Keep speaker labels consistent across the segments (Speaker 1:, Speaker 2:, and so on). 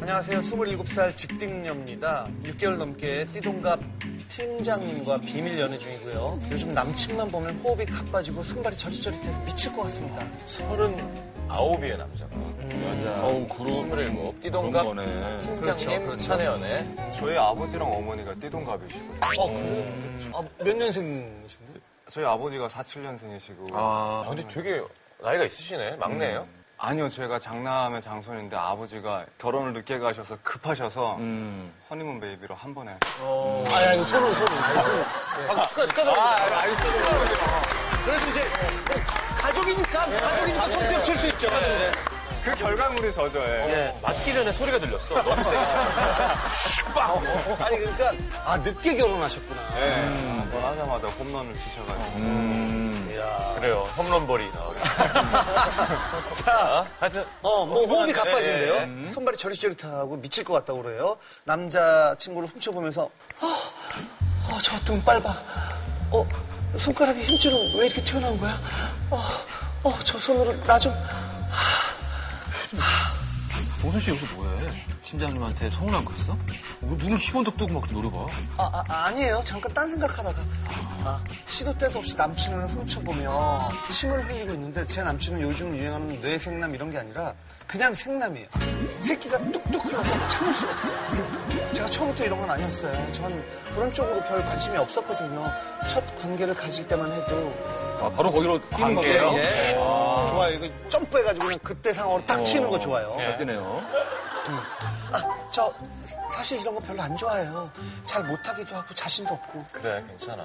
Speaker 1: 안녕하세요. 27살 직딩녀입니다. 6개월 넘게 띠동갑 팀장님과 비밀 연애 중이고요. 요즘 남친만 보면 호흡이 가빠지고 손발이 저릿저릿해서 미칠 것 같습니다.
Speaker 2: 서른 아홉이에요 남자가.
Speaker 3: 음.
Speaker 2: 여자. 어우 그룹 스물일곱. 띠동갑. 팀장님
Speaker 1: 그렇죠, 그렇죠.
Speaker 2: 차내연애.
Speaker 4: 저희 아버지랑 어머니가 띠동갑이시고
Speaker 1: 어, 그래요? 아, 몇 년생이신데?
Speaker 4: 저희 아버지가 47년생이시고
Speaker 2: 아 근데 되게 나이가 있으시네. 막내예요.
Speaker 3: 음.
Speaker 4: 아니요 제가 장남의 장손인데 아버지가 결혼을 늦게 가셔서 급하셔서
Speaker 5: 음.
Speaker 4: 허니문 베이비로 한 번에
Speaker 1: 아, 야, 이거 서른, 서른.
Speaker 2: 축하
Speaker 3: 아,
Speaker 2: 축하드립니다.
Speaker 1: 그래도 이제 가족이니까, 가족이니까 손뼉 칠 수 있죠. 네.
Speaker 4: 그 결과물이 저죠예요
Speaker 2: 어,
Speaker 3: 네.
Speaker 2: 맞기 전에 소리가 들렸어. 너무 세.
Speaker 1: 아니, 그러니까, 아, 늦게 결혼하셨구나.
Speaker 5: 네.
Speaker 4: 한번 하자마자 홈런을 치셔가지고
Speaker 1: 이야.
Speaker 2: 그래요. 홈런볼이 나오네.
Speaker 1: 자,
Speaker 2: 하여튼
Speaker 1: 어, 뭐 호흡이
Speaker 2: 홈런한데,
Speaker 1: 가빠진대요.
Speaker 2: 예, 예.
Speaker 3: 음.
Speaker 1: 손발이 저릿저릿하고 미칠 것 같다고 그래요. 남자 친구를 훔쳐보면서 어, 어, 저 등 빨봐. 어, 손가락에 힘줄은 왜 이렇게 튀어나온 거야? 어, 어, 저 손으로 나 좀.
Speaker 3: 동선 씨 여기서 뭐해? 팀장님한테 서운한 거 있어? 왜 눈을 희번덕 뜨고 막 노려봐?
Speaker 1: 아, 아, 아니에요. 잠깐 딴 생각하다가 아, 시도 때도 없이 남친을 훔쳐보며 침을 흘리고 있는데 제 남친은 요즘 유행하는 뇌생남 이런 게 아니라 그냥 생남이에요. 새끼가 뚝뚝 흘러서 참을 수가 없어요. 제가 처음부터 이런 건 아니었어요. 전 그런 쪽으로 별 관심이 없었거든요. 첫 관계를 가질 때만 해도
Speaker 2: 아,
Speaker 3: 바로 거기로 뛰는
Speaker 1: 예,
Speaker 3: 거예요?
Speaker 1: 예. 좋아요. 이거 점프해가지고 그냥 그때 상황으로 딱 튀는 거 좋아요.
Speaker 3: 잘 어. 뛰네요.
Speaker 1: 아, 저 사실 이런 거 별로 안 좋아해요. 잘 못하기도 하고 자신도 없고.
Speaker 2: 그래 괜찮아.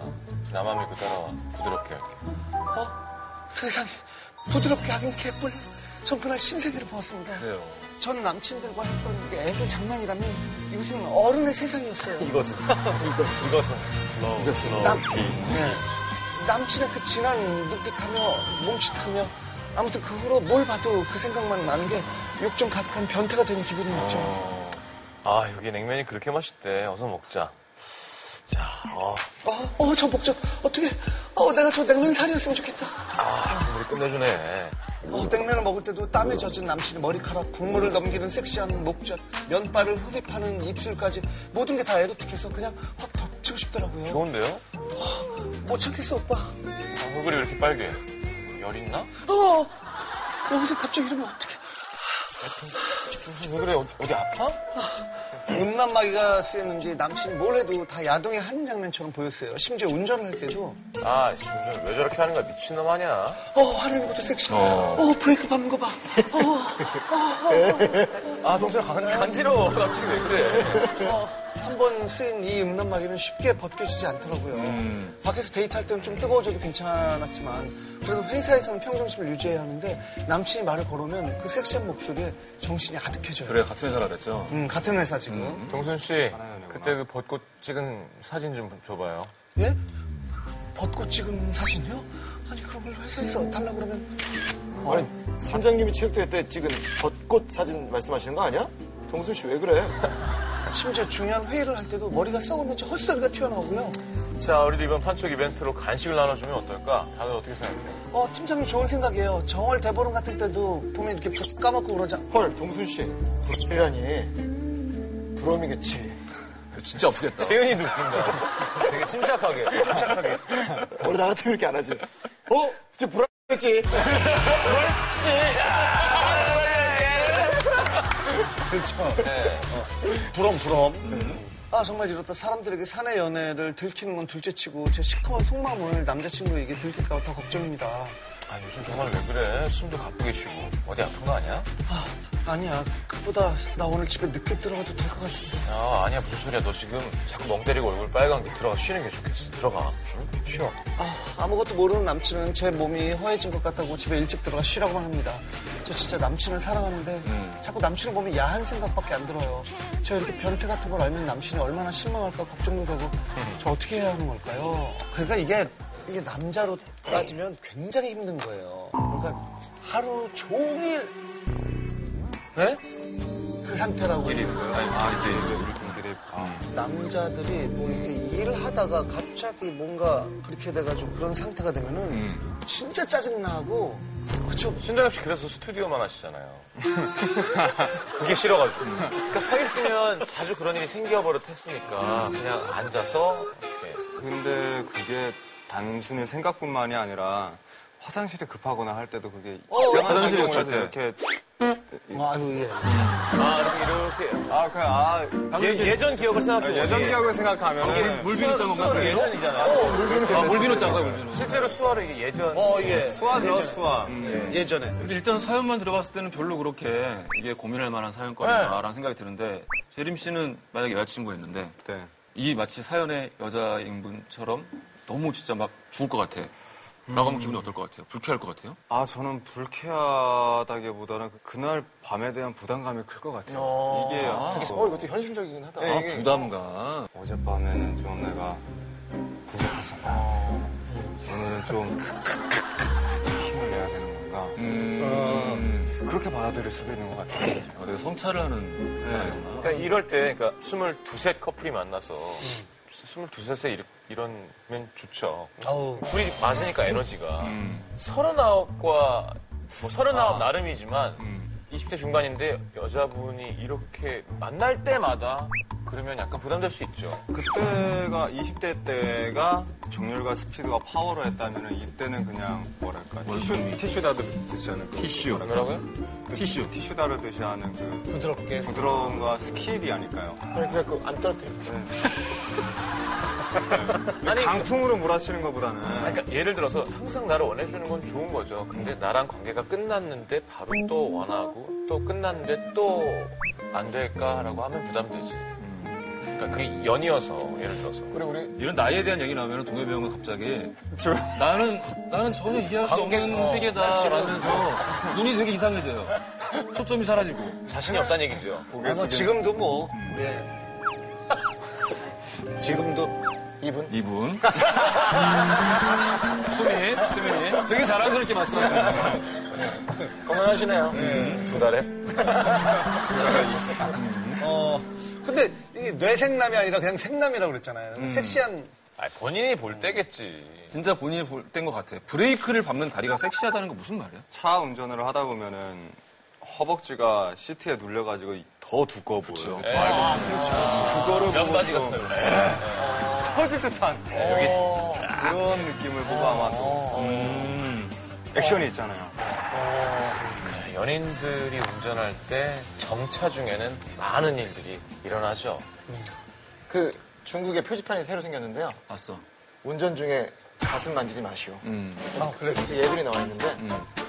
Speaker 2: 나만 믿고 따라와. 부드럽게 할게.
Speaker 1: 어? 세상에 부드럽게 하긴 개뿔 전 그날 신세계를 보았습니다
Speaker 2: 그래요.
Speaker 1: 전 남친들과 했던 게 애들 장난이라면 이것은 어른의 세상이었어요
Speaker 2: 이것은 이것은 이것은 러브, 이것은
Speaker 1: 남,
Speaker 2: 러브.
Speaker 1: 네. 남친의 그 진한 눈빛하며 몸짓하며 아무튼 그 후로 뭘 봐도 그 생각만 나는 게 욕 좀 가득한 변태가 된 기분이 있죠
Speaker 2: 어. 아 여기 냉면이 그렇게 맛있대. 어서 먹자. 자, 어,
Speaker 1: 어, 어, 저 목적 어떻게 어, 내가 저 냉면 살이었으면 좋겠다
Speaker 2: 아, 국물이 끝내주네.
Speaker 1: 어, 냉면을 먹을 때도 땀에 젖은 남친의 머리카락, 국물을 넘기는 섹시한 목젖, 면발을 흡입하는 입술까지 모든 게 다 에로틱해서 그냥 확 덮치고 싶더라고요.
Speaker 2: 좋은데요?
Speaker 1: 못 참겠어, 오빠.
Speaker 2: 아, 얼굴이 왜 이렇게 빨개? 열 있나?
Speaker 1: 어! 여기서 갑자기 이러면 어떡해.
Speaker 2: 정신 아, 왜 그래? 어디, 어디 아파?
Speaker 1: 음란마귀가 쓰였는지 남친이 뭘 해도 다 야동의 한 장면처럼 보였어요. 심지어 운전을 할 때도
Speaker 2: 아, 정신 왜 저렇게 하는 거야? 미친놈 아니야?
Speaker 1: 어, 화내는 것도 섹시해. 어, 브레이크 밟는 거 봐. 어,
Speaker 2: 아, 동생 간, 간지러워. 갑자기 왜 그래?
Speaker 1: 어, 한 번 쓰인 이 음란마귀는 쉽게 벗겨지지 않더라고요.
Speaker 3: 음.
Speaker 1: 밖에서 데이트할 때는 좀 뜨거워져도 괜찮았지만 그래도 회사에서는 평정심을 유지해야 하는데 남친이 말을 걸으면 그 섹시한 목소리에 정신이 아득해져요.
Speaker 3: 그래, 같은 회사라 그랬죠?
Speaker 1: 음, 같은 회사 지금.
Speaker 2: 정순 씨, 그때 그 벚꽃 찍은 사진 좀 줘봐요.
Speaker 1: 예? 벗고 찍은 사진이요? 아니 그런 걸
Speaker 3: 음.
Speaker 1: 회사에서 달라 그러면
Speaker 5: 음. 아니, 팀장님이 체육대회 때 찍은 벚꽃 사진 말씀하시는 거 아니야? 동순 씨 왜 그래?
Speaker 1: 심지어 중요한 회의를 할 때도 머리가 썩었는지 헛소리가 튀어나오고요.
Speaker 2: 자, 우리도 이번 판촉 이벤트로 간식을 나눠주면 어떨까? 다들 어떻게 생각해요?
Speaker 1: 어 팀장님 좋은 생각이에요. 정월 대보름 같은 때도 보면 이렇게 붓 까먹고 그러자
Speaker 5: 헐, 동순 씨. 불이라니. 부러움이겠지.
Speaker 3: 진짜 없겠다.
Speaker 2: 세윤이 느낀다. 되게 침착하게. 침착하게.
Speaker 5: 원래 나 같으면 이렇게 안 하지.
Speaker 3: 어?
Speaker 5: 지금 불안했지?
Speaker 1: 그렇죠. 부럼 부럼. 아 정말 이렇다 사람들에게 사내 연애를 들키는 건 둘째치고 제 시커먼 속마음을 남자친구에게 들킬까봐 더 걱정입니다.
Speaker 2: 아, 요즘 정말 왜 그래? 숨도 가쁘게 쉬고. 어디 아픈 거 아니야?
Speaker 1: 아 아니야 그보다 나 오늘 집에 늦게 들어가도 될 것 같은데.
Speaker 2: 야, 아니야, 무슨 소리야. 너 지금 자꾸 멍 때리고 얼굴 빨간 게 들어가 쉬는 게 좋겠어. 들어가. 응? 쉬어.
Speaker 1: 아 아무것도 모르는 남친은 제 몸이 허해진 것 같다고 집에 일찍 들어가 쉬라고만 합니다. 저 진짜 남친을 사랑하는데 자꾸 남친을 보면 야한 생각밖에 안 들어요. 저 이렇게 변태 같은 걸 알면 남친이 얼마나 실망할까 걱정도 되고 저 어떻게 해야 하는 걸까요? 그러니까 이게 이게 남자로 따지면 굉장히 힘든 거예요. 그러니까 하루 종일 네? 그 상태라고
Speaker 3: 일이 뭐예요? 아니, 아, 이게.
Speaker 1: 남자들이 뭐 이렇게 일을 하다가
Speaker 2: 음.
Speaker 1: 갑자기 뭔가 그렇게 돼가지고 그런 상태가 되면은 진짜 짜증나고 그쵸.
Speaker 2: 신동엽 씨 그래서 스튜디오만 하시잖아요. 그게 싫어가지고. 그러니까 서 있으면 자주 그런 일이 생겨버릇했으니까 그냥 앉아서 이렇게.
Speaker 4: 근데 그게 단순히 생각뿐만이 아니라 화장실이 급하거나 할 때도 그게
Speaker 1: 어,
Speaker 4: 화장실
Speaker 3: 화장실
Speaker 4: 때
Speaker 3: 갈
Speaker 4: 이렇게
Speaker 1: 아유, 예.
Speaker 2: 아 이렇게 이렇게
Speaker 4: 아 그냥 아
Speaker 2: 예, 예전 기억을
Speaker 5: 아,
Speaker 2: 생각해 보면
Speaker 4: 예전
Speaker 2: 이게
Speaker 4: 기억을 생각하면
Speaker 3: 물비누 짠 건가?
Speaker 2: 수화로 예전이잖아요.
Speaker 3: 아, 물비누 짠 거야, 물비누.
Speaker 2: 실제로 수화로 이게 예전.
Speaker 1: 어, 예.
Speaker 4: 수화죠 수화
Speaker 1: 예전에.
Speaker 3: 근데 일단 사연만 들어봤을 때는 별로 그렇게 이게 고민할 만한
Speaker 2: 네.
Speaker 3: 사연거리다라는 생각이 드는데 재림 씨는 만약에 여자친구였는데
Speaker 4: 네.
Speaker 3: 이 마치 사연의 여자인분처럼 너무 진짜 막 죽을 것 같아. 라고 하면 기분이 어떨 것 같아요? 불쾌할 것 같아요?
Speaker 4: 아 저는 불쾌하다기보다는 그날 밤에 대한 부담감이 클 것 같아요
Speaker 1: 어.
Speaker 4: 이게
Speaker 5: 어, 이것도 현실적이긴 하다.
Speaker 4: 네, 이게
Speaker 3: 아, 부담감.
Speaker 4: 어젯밤에는 좀 내가 부족해서 오늘은 좀 힘을 내야 되는 건가 그렇게 받아들일 수도 있는 것 같아요 네.
Speaker 3: 아, 내가 성찰을 하는 사람이구나.
Speaker 2: 그러니까 이럴 때, 그러니까 22셋 커플이 만나서
Speaker 3: 음.
Speaker 2: 22셋에 이러면 좋죠.
Speaker 1: 아우.
Speaker 2: 둘이 맞으니까 에너지가. 서른아홉과, 뭐 서른아홉 나름이지만 20대 중반인데 여자분이 이렇게 만날 때마다 그러면 약간 부담될 수 있죠.
Speaker 4: 그때가 20대 때가 정렬과 스피드와 파워로 했다면 이때는 그냥 뭐랄까 티슈, 티슈 다듬듯이 하는 그
Speaker 3: 티슈.
Speaker 4: 뭐랄까,
Speaker 2: 뭐라고요?
Speaker 4: 그 티슈 티슈 다루듯이 하는 그
Speaker 1: 부드럽게.
Speaker 4: 부드러움과 스킬이 아닐까요
Speaker 5: 그냥, 그냥 그안 떨어뜨리고.
Speaker 2: 아니,
Speaker 4: 네. 강풍으로 몰아치는 것보다는
Speaker 2: 그러니까 예를 들어서 항상 나를 원해주는 건 좋은 거죠. 근데 나랑 관계가 끝났는데 바로 또 원하고 또 끝났는데 또 안 될까라고 하면 부담되지. 그러니까 그게 연이어서 예를 들어서.
Speaker 5: 그리고 우리
Speaker 3: 이런 나이에 대한 얘기 나오면 동엽이 형은 갑자기 나는 나는 전혀 이해할 수
Speaker 2: 관계-
Speaker 3: 없는
Speaker 2: 어,
Speaker 3: 세계다라면서 눈이 되게 이상해져요. 초점이 사라지고.
Speaker 2: 자신이 없다는 얘기죠.
Speaker 1: 아, 뭐 지금도 뭐. 예. 지금도 이분.
Speaker 3: 이분. 소민이, 소민이. 되게 자랑스럽게 말씀하시네요.
Speaker 5: 건강하시네요.
Speaker 2: 두 달에?
Speaker 1: 어. 근데 이 뇌생남이 아니라 그냥 생남이라고 그랬잖아요.
Speaker 2: 음.
Speaker 1: 섹시한.
Speaker 2: 아, 본인이 볼 때겠지.
Speaker 3: 진짜 본인이 볼 땐 것 같아. 브레이크를 밟는 다리가 섹시하다는 거 무슨 말이야?
Speaker 4: 차 운전을 하다 보면은 허벅지가 시트에 눌려가지고 더 두꺼워 보여요
Speaker 5: 예.
Speaker 4: 더 얇아.
Speaker 5: 그렇죠.
Speaker 4: 그거를
Speaker 2: 몇
Speaker 4: 보고
Speaker 2: 가지
Speaker 4: 좀
Speaker 2: 같은 거.
Speaker 4: 터질 듯한
Speaker 5: 어.
Speaker 4: 그런 느낌을 보고 아마도 음, 액션이 있잖아요
Speaker 2: 연인들이 운전할 때 정차 중에는 많은 일들이 일어나죠.
Speaker 5: 그 중국에 표지판이 새로 생겼는데요.
Speaker 3: 봤어.
Speaker 5: 운전 중에 가슴 만지지 마시오.
Speaker 1: 아, 그래.
Speaker 5: 그 예불이 나와 있는데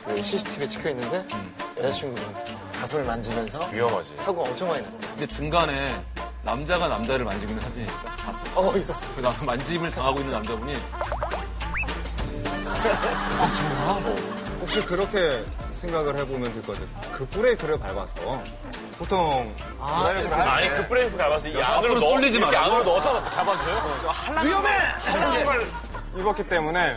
Speaker 5: 그 CCTV에 찍혀 있는데 여자친구가 가슴을 만지면서
Speaker 2: 위험하지.
Speaker 5: 사고가 엄청 많이 났다.
Speaker 3: 근데 중간에 남자가 남자를 만지고 있는 사진이 있다. 봤어.
Speaker 5: 어 있었어.
Speaker 3: 그 남- 만짐을 당하고 있는 남자분이
Speaker 2: 아,
Speaker 4: 혹시 그렇게 생각을 해보면 될 거죠 그 브레이크를 밟아서 보통
Speaker 5: 네.
Speaker 4: 기다려서 아,
Speaker 2: 아니, 그 브레이크 밟아서 이 안으로
Speaker 3: 앞으로
Speaker 2: 넣어,
Speaker 3: 쏠리지
Speaker 2: 이렇게
Speaker 3: 말고.
Speaker 2: 안으로 넣어서 잡아줘요?
Speaker 1: 위험해!
Speaker 4: 입었기 때문에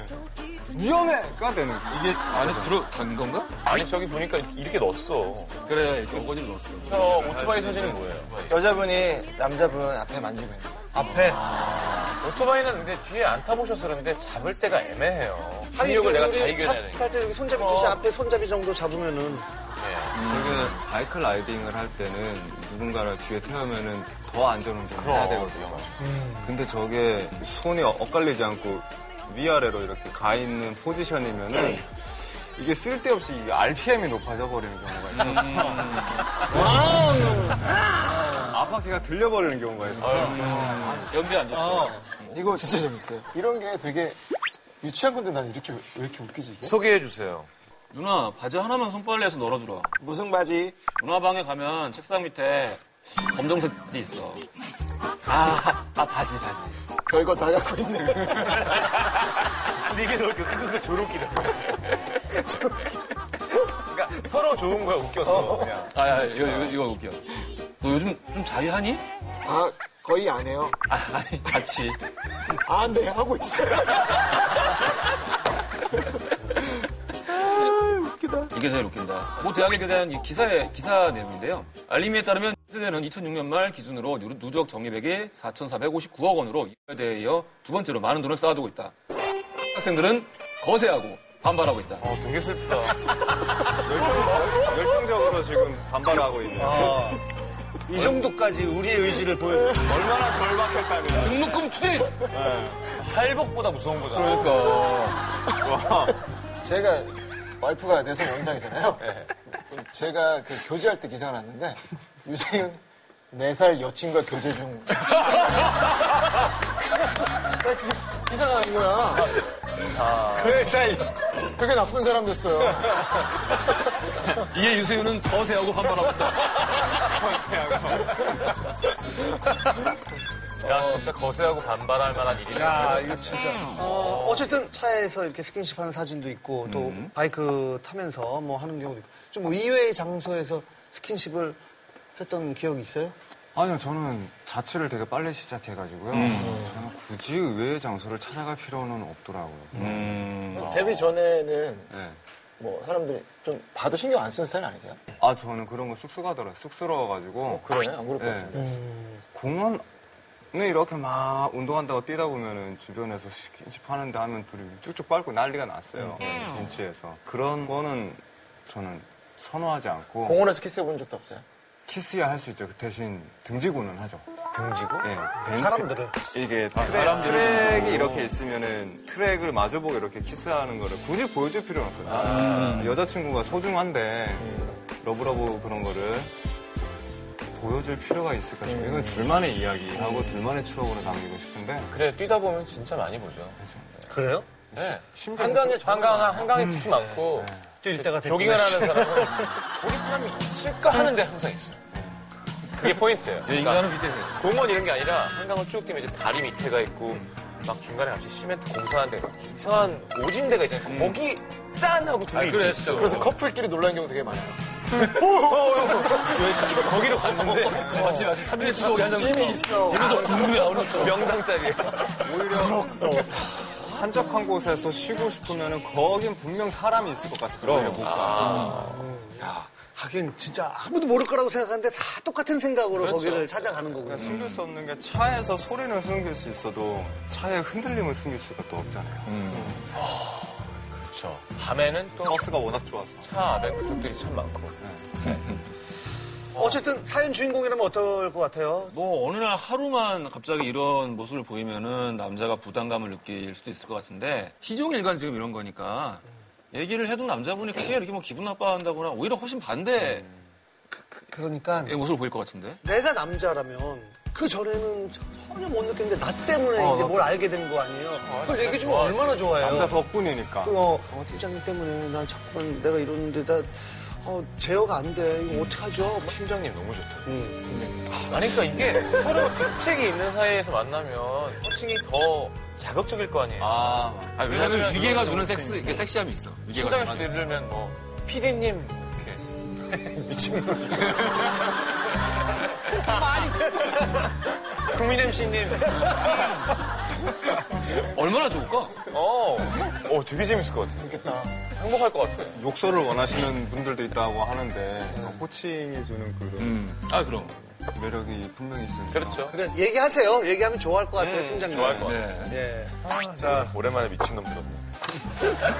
Speaker 4: 위험해가 되는 거예요
Speaker 3: 이게 안에 들어간 건가?
Speaker 2: 아니, 저기 보니까 이렇게 넣었어.
Speaker 3: 그래, 이렇게 어거지로 넣었어.
Speaker 2: 저 오토바이 사진은 뭐예요?
Speaker 5: 여자분이 남자분 앞에 만지고 있는. 거야.
Speaker 1: 앞에.
Speaker 2: 오토바이는 근데 뒤에 안 타보셔서 그런데 잡을 때가 애매해요.
Speaker 1: 아니,
Speaker 2: 근육을 내가 다
Speaker 1: 우리 차
Speaker 2: 이겨내야 어. 되니까.
Speaker 1: 탈 때 이렇게 손잡이 듯이 앞에 손잡이 정도 잡으면은.
Speaker 2: 예.
Speaker 4: 저게 바이크 라이딩을 할 때는 누군가를 뒤에 태우면은 더 안전운전을 해야 되거든요
Speaker 2: 위험하죠.
Speaker 4: 근데 저게 손이 엇갈리지 않고 위아래로 이렇게 가 있는 포지션이면은 이게 쓸데없이 이게 RPM이 높아져 버리는 경우가 있어요. 아바퀴가 들려버리는 경우가 있어요.
Speaker 3: 연비 안 좋지.
Speaker 2: 어.
Speaker 5: 이거 진짜 재밌어요. 이런 게 되게 유치한 건데 난
Speaker 2: 어.
Speaker 5: 이렇게 왜 이렇게 웃기지 이게?
Speaker 2: 소개해주세요.
Speaker 3: 누나, 바지 하나만 손빨래해서 널어주라.
Speaker 5: 무슨 바지?
Speaker 3: 누나 방에 가면 책상 밑에 검정색 바지 있어. 아, 아 바지, 바지.
Speaker 5: 별거 다 갖고 있네.
Speaker 2: 근데 이게 너무 그거 조롱기다. 그러니까 서로 좋은 거야 웃겨서
Speaker 5: 어.
Speaker 2: 그냥.
Speaker 3: 아, 야, 이거, 이거, 이거 웃겨. 너 요즘 좀 자유하니?
Speaker 5: 아 거의 안 해요.
Speaker 3: 아, 아니, 같이.
Speaker 5: 아, 네, 하고 있어요. 아, 웃기다.
Speaker 3: 이게 제일 웃긴다. 모 대학에 대한 이 기사의, 기사 내용인데요. 알림에 따르면 세대는 2006년 말 기준으로 누- 누적 적립액이 4,459억 원으로 이에 대해 이어 두 번째로 많은 돈을 쌓아두고 있다. 학생들은 거세하고 반발하고 있다.
Speaker 2: 어, 되게 슬프다.
Speaker 4: 열정, 열정적으로 지금 반발하고 있네요.
Speaker 1: 아, 이 정도까지 우리의 의지를 보여줘.
Speaker 4: 얼마나 절박했다면.
Speaker 3: 등록금 추진!
Speaker 2: 탈복보다 무서운 거잖아.
Speaker 3: 그러니까.
Speaker 5: 제가 와이프가 내성 원상이잖아요. 제가 그 교제할 때 기사가 났는데 유세윤 4살 여친과 교제 중. 나 그 기사가 난 거야.
Speaker 1: 그래, 자,
Speaker 5: 되게 나쁜 사람 됐어요.
Speaker 3: 이에 유세윤은 더 세하고 반발하고 있다.
Speaker 2: 야, 진짜 거세하고 반발할 만한 일이네.
Speaker 1: 야, 이거 진짜. 어, 어쨌든 차에서 이렇게 스킨십 하는 사진도 있고, 또
Speaker 2: 음.
Speaker 1: 바이크 타면서 뭐 하는 경우도 있고, 좀뭐 이외의 장소에서 스킨십을 했던 기억이 있어요?
Speaker 4: 아니요, 저는 자취를 되게 빨리 시작해가지고요. 저는 굳이 의외의 장소를 찾아갈 필요는 없더라고요.
Speaker 5: 데뷔 전에는
Speaker 4: 네.
Speaker 5: 뭐 사람들이 좀 봐도 신경 안 쓰는 스타일 아니세요?
Speaker 4: 아, 저는 그런 거 쑥쑥하더라고요. 쑥스러워가지고.
Speaker 5: 어, 그래? 안 그럴 것
Speaker 4: 네.
Speaker 5: 같은데.
Speaker 4: 공원에 이렇게 막 운동한다고 뛰다 보면은 주변에서 스킨십 하는데 하면 둘이 쭉쭉 밟고 난리가 났어요.
Speaker 5: 음.
Speaker 4: 벤치에서. 그런 거는 저는 선호하지 않고
Speaker 5: 공원에서 키스해 본 적도 없어요?
Speaker 4: 키스야 할 수 있죠. 그 대신 등지고는 하죠.
Speaker 1: 등지고?
Speaker 4: 예. 벤치-
Speaker 1: 사람들을.
Speaker 4: 이게 트랙,
Speaker 2: 아, 사람들이
Speaker 4: 트랙이 이렇게 있으면은 트랙을 마주보고 이렇게 키스하는 거를 굳이 보여줄 필요는 없거든.
Speaker 2: 아.
Speaker 4: 여자친구가 소중한데
Speaker 2: 음.
Speaker 4: 러브러브 그런 거를 보여줄 필요가 있을까 싶어.
Speaker 2: 음.
Speaker 4: 이건 둘만의 이야기하고 둘만의 추억으로 남기고 싶은데
Speaker 2: 그래, 뛰다 보면 진짜 많이 보죠.
Speaker 1: 그래요?
Speaker 2: 네.
Speaker 4: 심지어
Speaker 2: 한강에,
Speaker 3: 아.
Speaker 2: 한강, 한강에
Speaker 3: 음.
Speaker 2: 특히 많고,
Speaker 1: 뛸 때가 됐구나.
Speaker 2: 조깅을 하는 사람은 저기 사람이 있을까 하는데 항상 있어요. 그게 포인트예요.
Speaker 3: 예,
Speaker 2: 그러니까
Speaker 3: 인간은 위대해.
Speaker 2: 공원 이런 게 아니라 한강을 쭉 뛰면 이제 다리 밑에가 있고 막 중간에 갑자기 시멘트 공사하는 데가 있고 이상한 오진 데가 있잖아요. 거기 짠 하고 둘이
Speaker 3: 음. 아, 그래,
Speaker 2: 있어.
Speaker 3: 진짜.
Speaker 5: 그래서 커플끼리 놀라는 경우 되게 많아요.
Speaker 2: 거기로 갔는데
Speaker 3: 마치 마치 3일 추석에 한장
Speaker 5: 이미 있어.
Speaker 3: 이러면서 구름이 나오는 거
Speaker 2: 명당짜리.
Speaker 4: 한적한 곳에서 쉬고 싶으면은 거긴 분명 사람이 있을 것 그러니까 같아서 그래 못 가.
Speaker 1: 야, 하긴 진짜 아무도 모를 거라고 생각하는데 다 똑같은 생각으로
Speaker 2: 그렇죠.
Speaker 1: 거기를 찾아가는 거군요.
Speaker 4: 그러니까 숨길 수 없는 게 차에서 소리는 숨길 수 있어도 차의 흔들림을 숨길 수가 또 없잖아요.
Speaker 2: 음. 그렇죠. 밤에는 또
Speaker 4: 버스가 워낙 좋아서.
Speaker 2: 차 안에 그쪽들이 참 많고.
Speaker 1: 어쨌든 사연 주인공이라면 어떨 것 같아요?
Speaker 3: 뭐 어느 날 하루만 갑자기 이런 모습을 보이면은 남자가 부담감을 느낄 수도 있을 것 같은데 시종일관 지금 이런 거니까 얘기를 해도 남자분이 크게 이렇게 뭐 기분 나빠한다거나 오히려 훨씬 반대의
Speaker 1: 그러니까
Speaker 3: 모습을 보일 것 같은데
Speaker 1: 내가 남자라면 그 전에는 전혀 못 느꼈는데 어, 나 때문에 이제 뭘 알게 된 거 아니에요? 그 얘기 좀 얼마나 좋아해요?
Speaker 4: 남자 덕분이니까.
Speaker 1: 어, 어, 팀장님 때문에 난 자꾸만 내가 이러는데 나 어, 제어가 안 돼. 이거 어떡하죠?
Speaker 2: 팀장님 너무 좋다.
Speaker 1: 음,
Speaker 2: 아니, 그러니까 이게 서로 직책이 있는 사이에서 만나면 훨씬 더 자극적일 거 아니에요.
Speaker 4: 아,
Speaker 3: 아 왜냐면 위계가 주는 섹스 이게 섹시함이 있어
Speaker 2: 팀장님
Speaker 3: 위계가 주는
Speaker 2: 씨도 예를 들면 뭐, 피디님, 이렇게. 미친놈. 국민 MC님.
Speaker 3: 얼마나 좋을까
Speaker 2: 어, 어, 되게 재밌을 것 같아요. 행복할 것 같아요.
Speaker 4: 욕설을 원하시는 분들도 있다고 하는데 어, 호칭이 주는 그런
Speaker 3: 음아 그럼
Speaker 4: 매력이 분명히 있습니다.
Speaker 2: 그렇죠.
Speaker 1: 그래, 얘기하세요. 얘기하면 음,
Speaker 2: 네.
Speaker 1: 좋아할 것 같아요, 팀장님.
Speaker 2: 좋아할 것 같아요.
Speaker 3: 네.
Speaker 1: 예.
Speaker 2: 오랜만에 미친놈 들었네.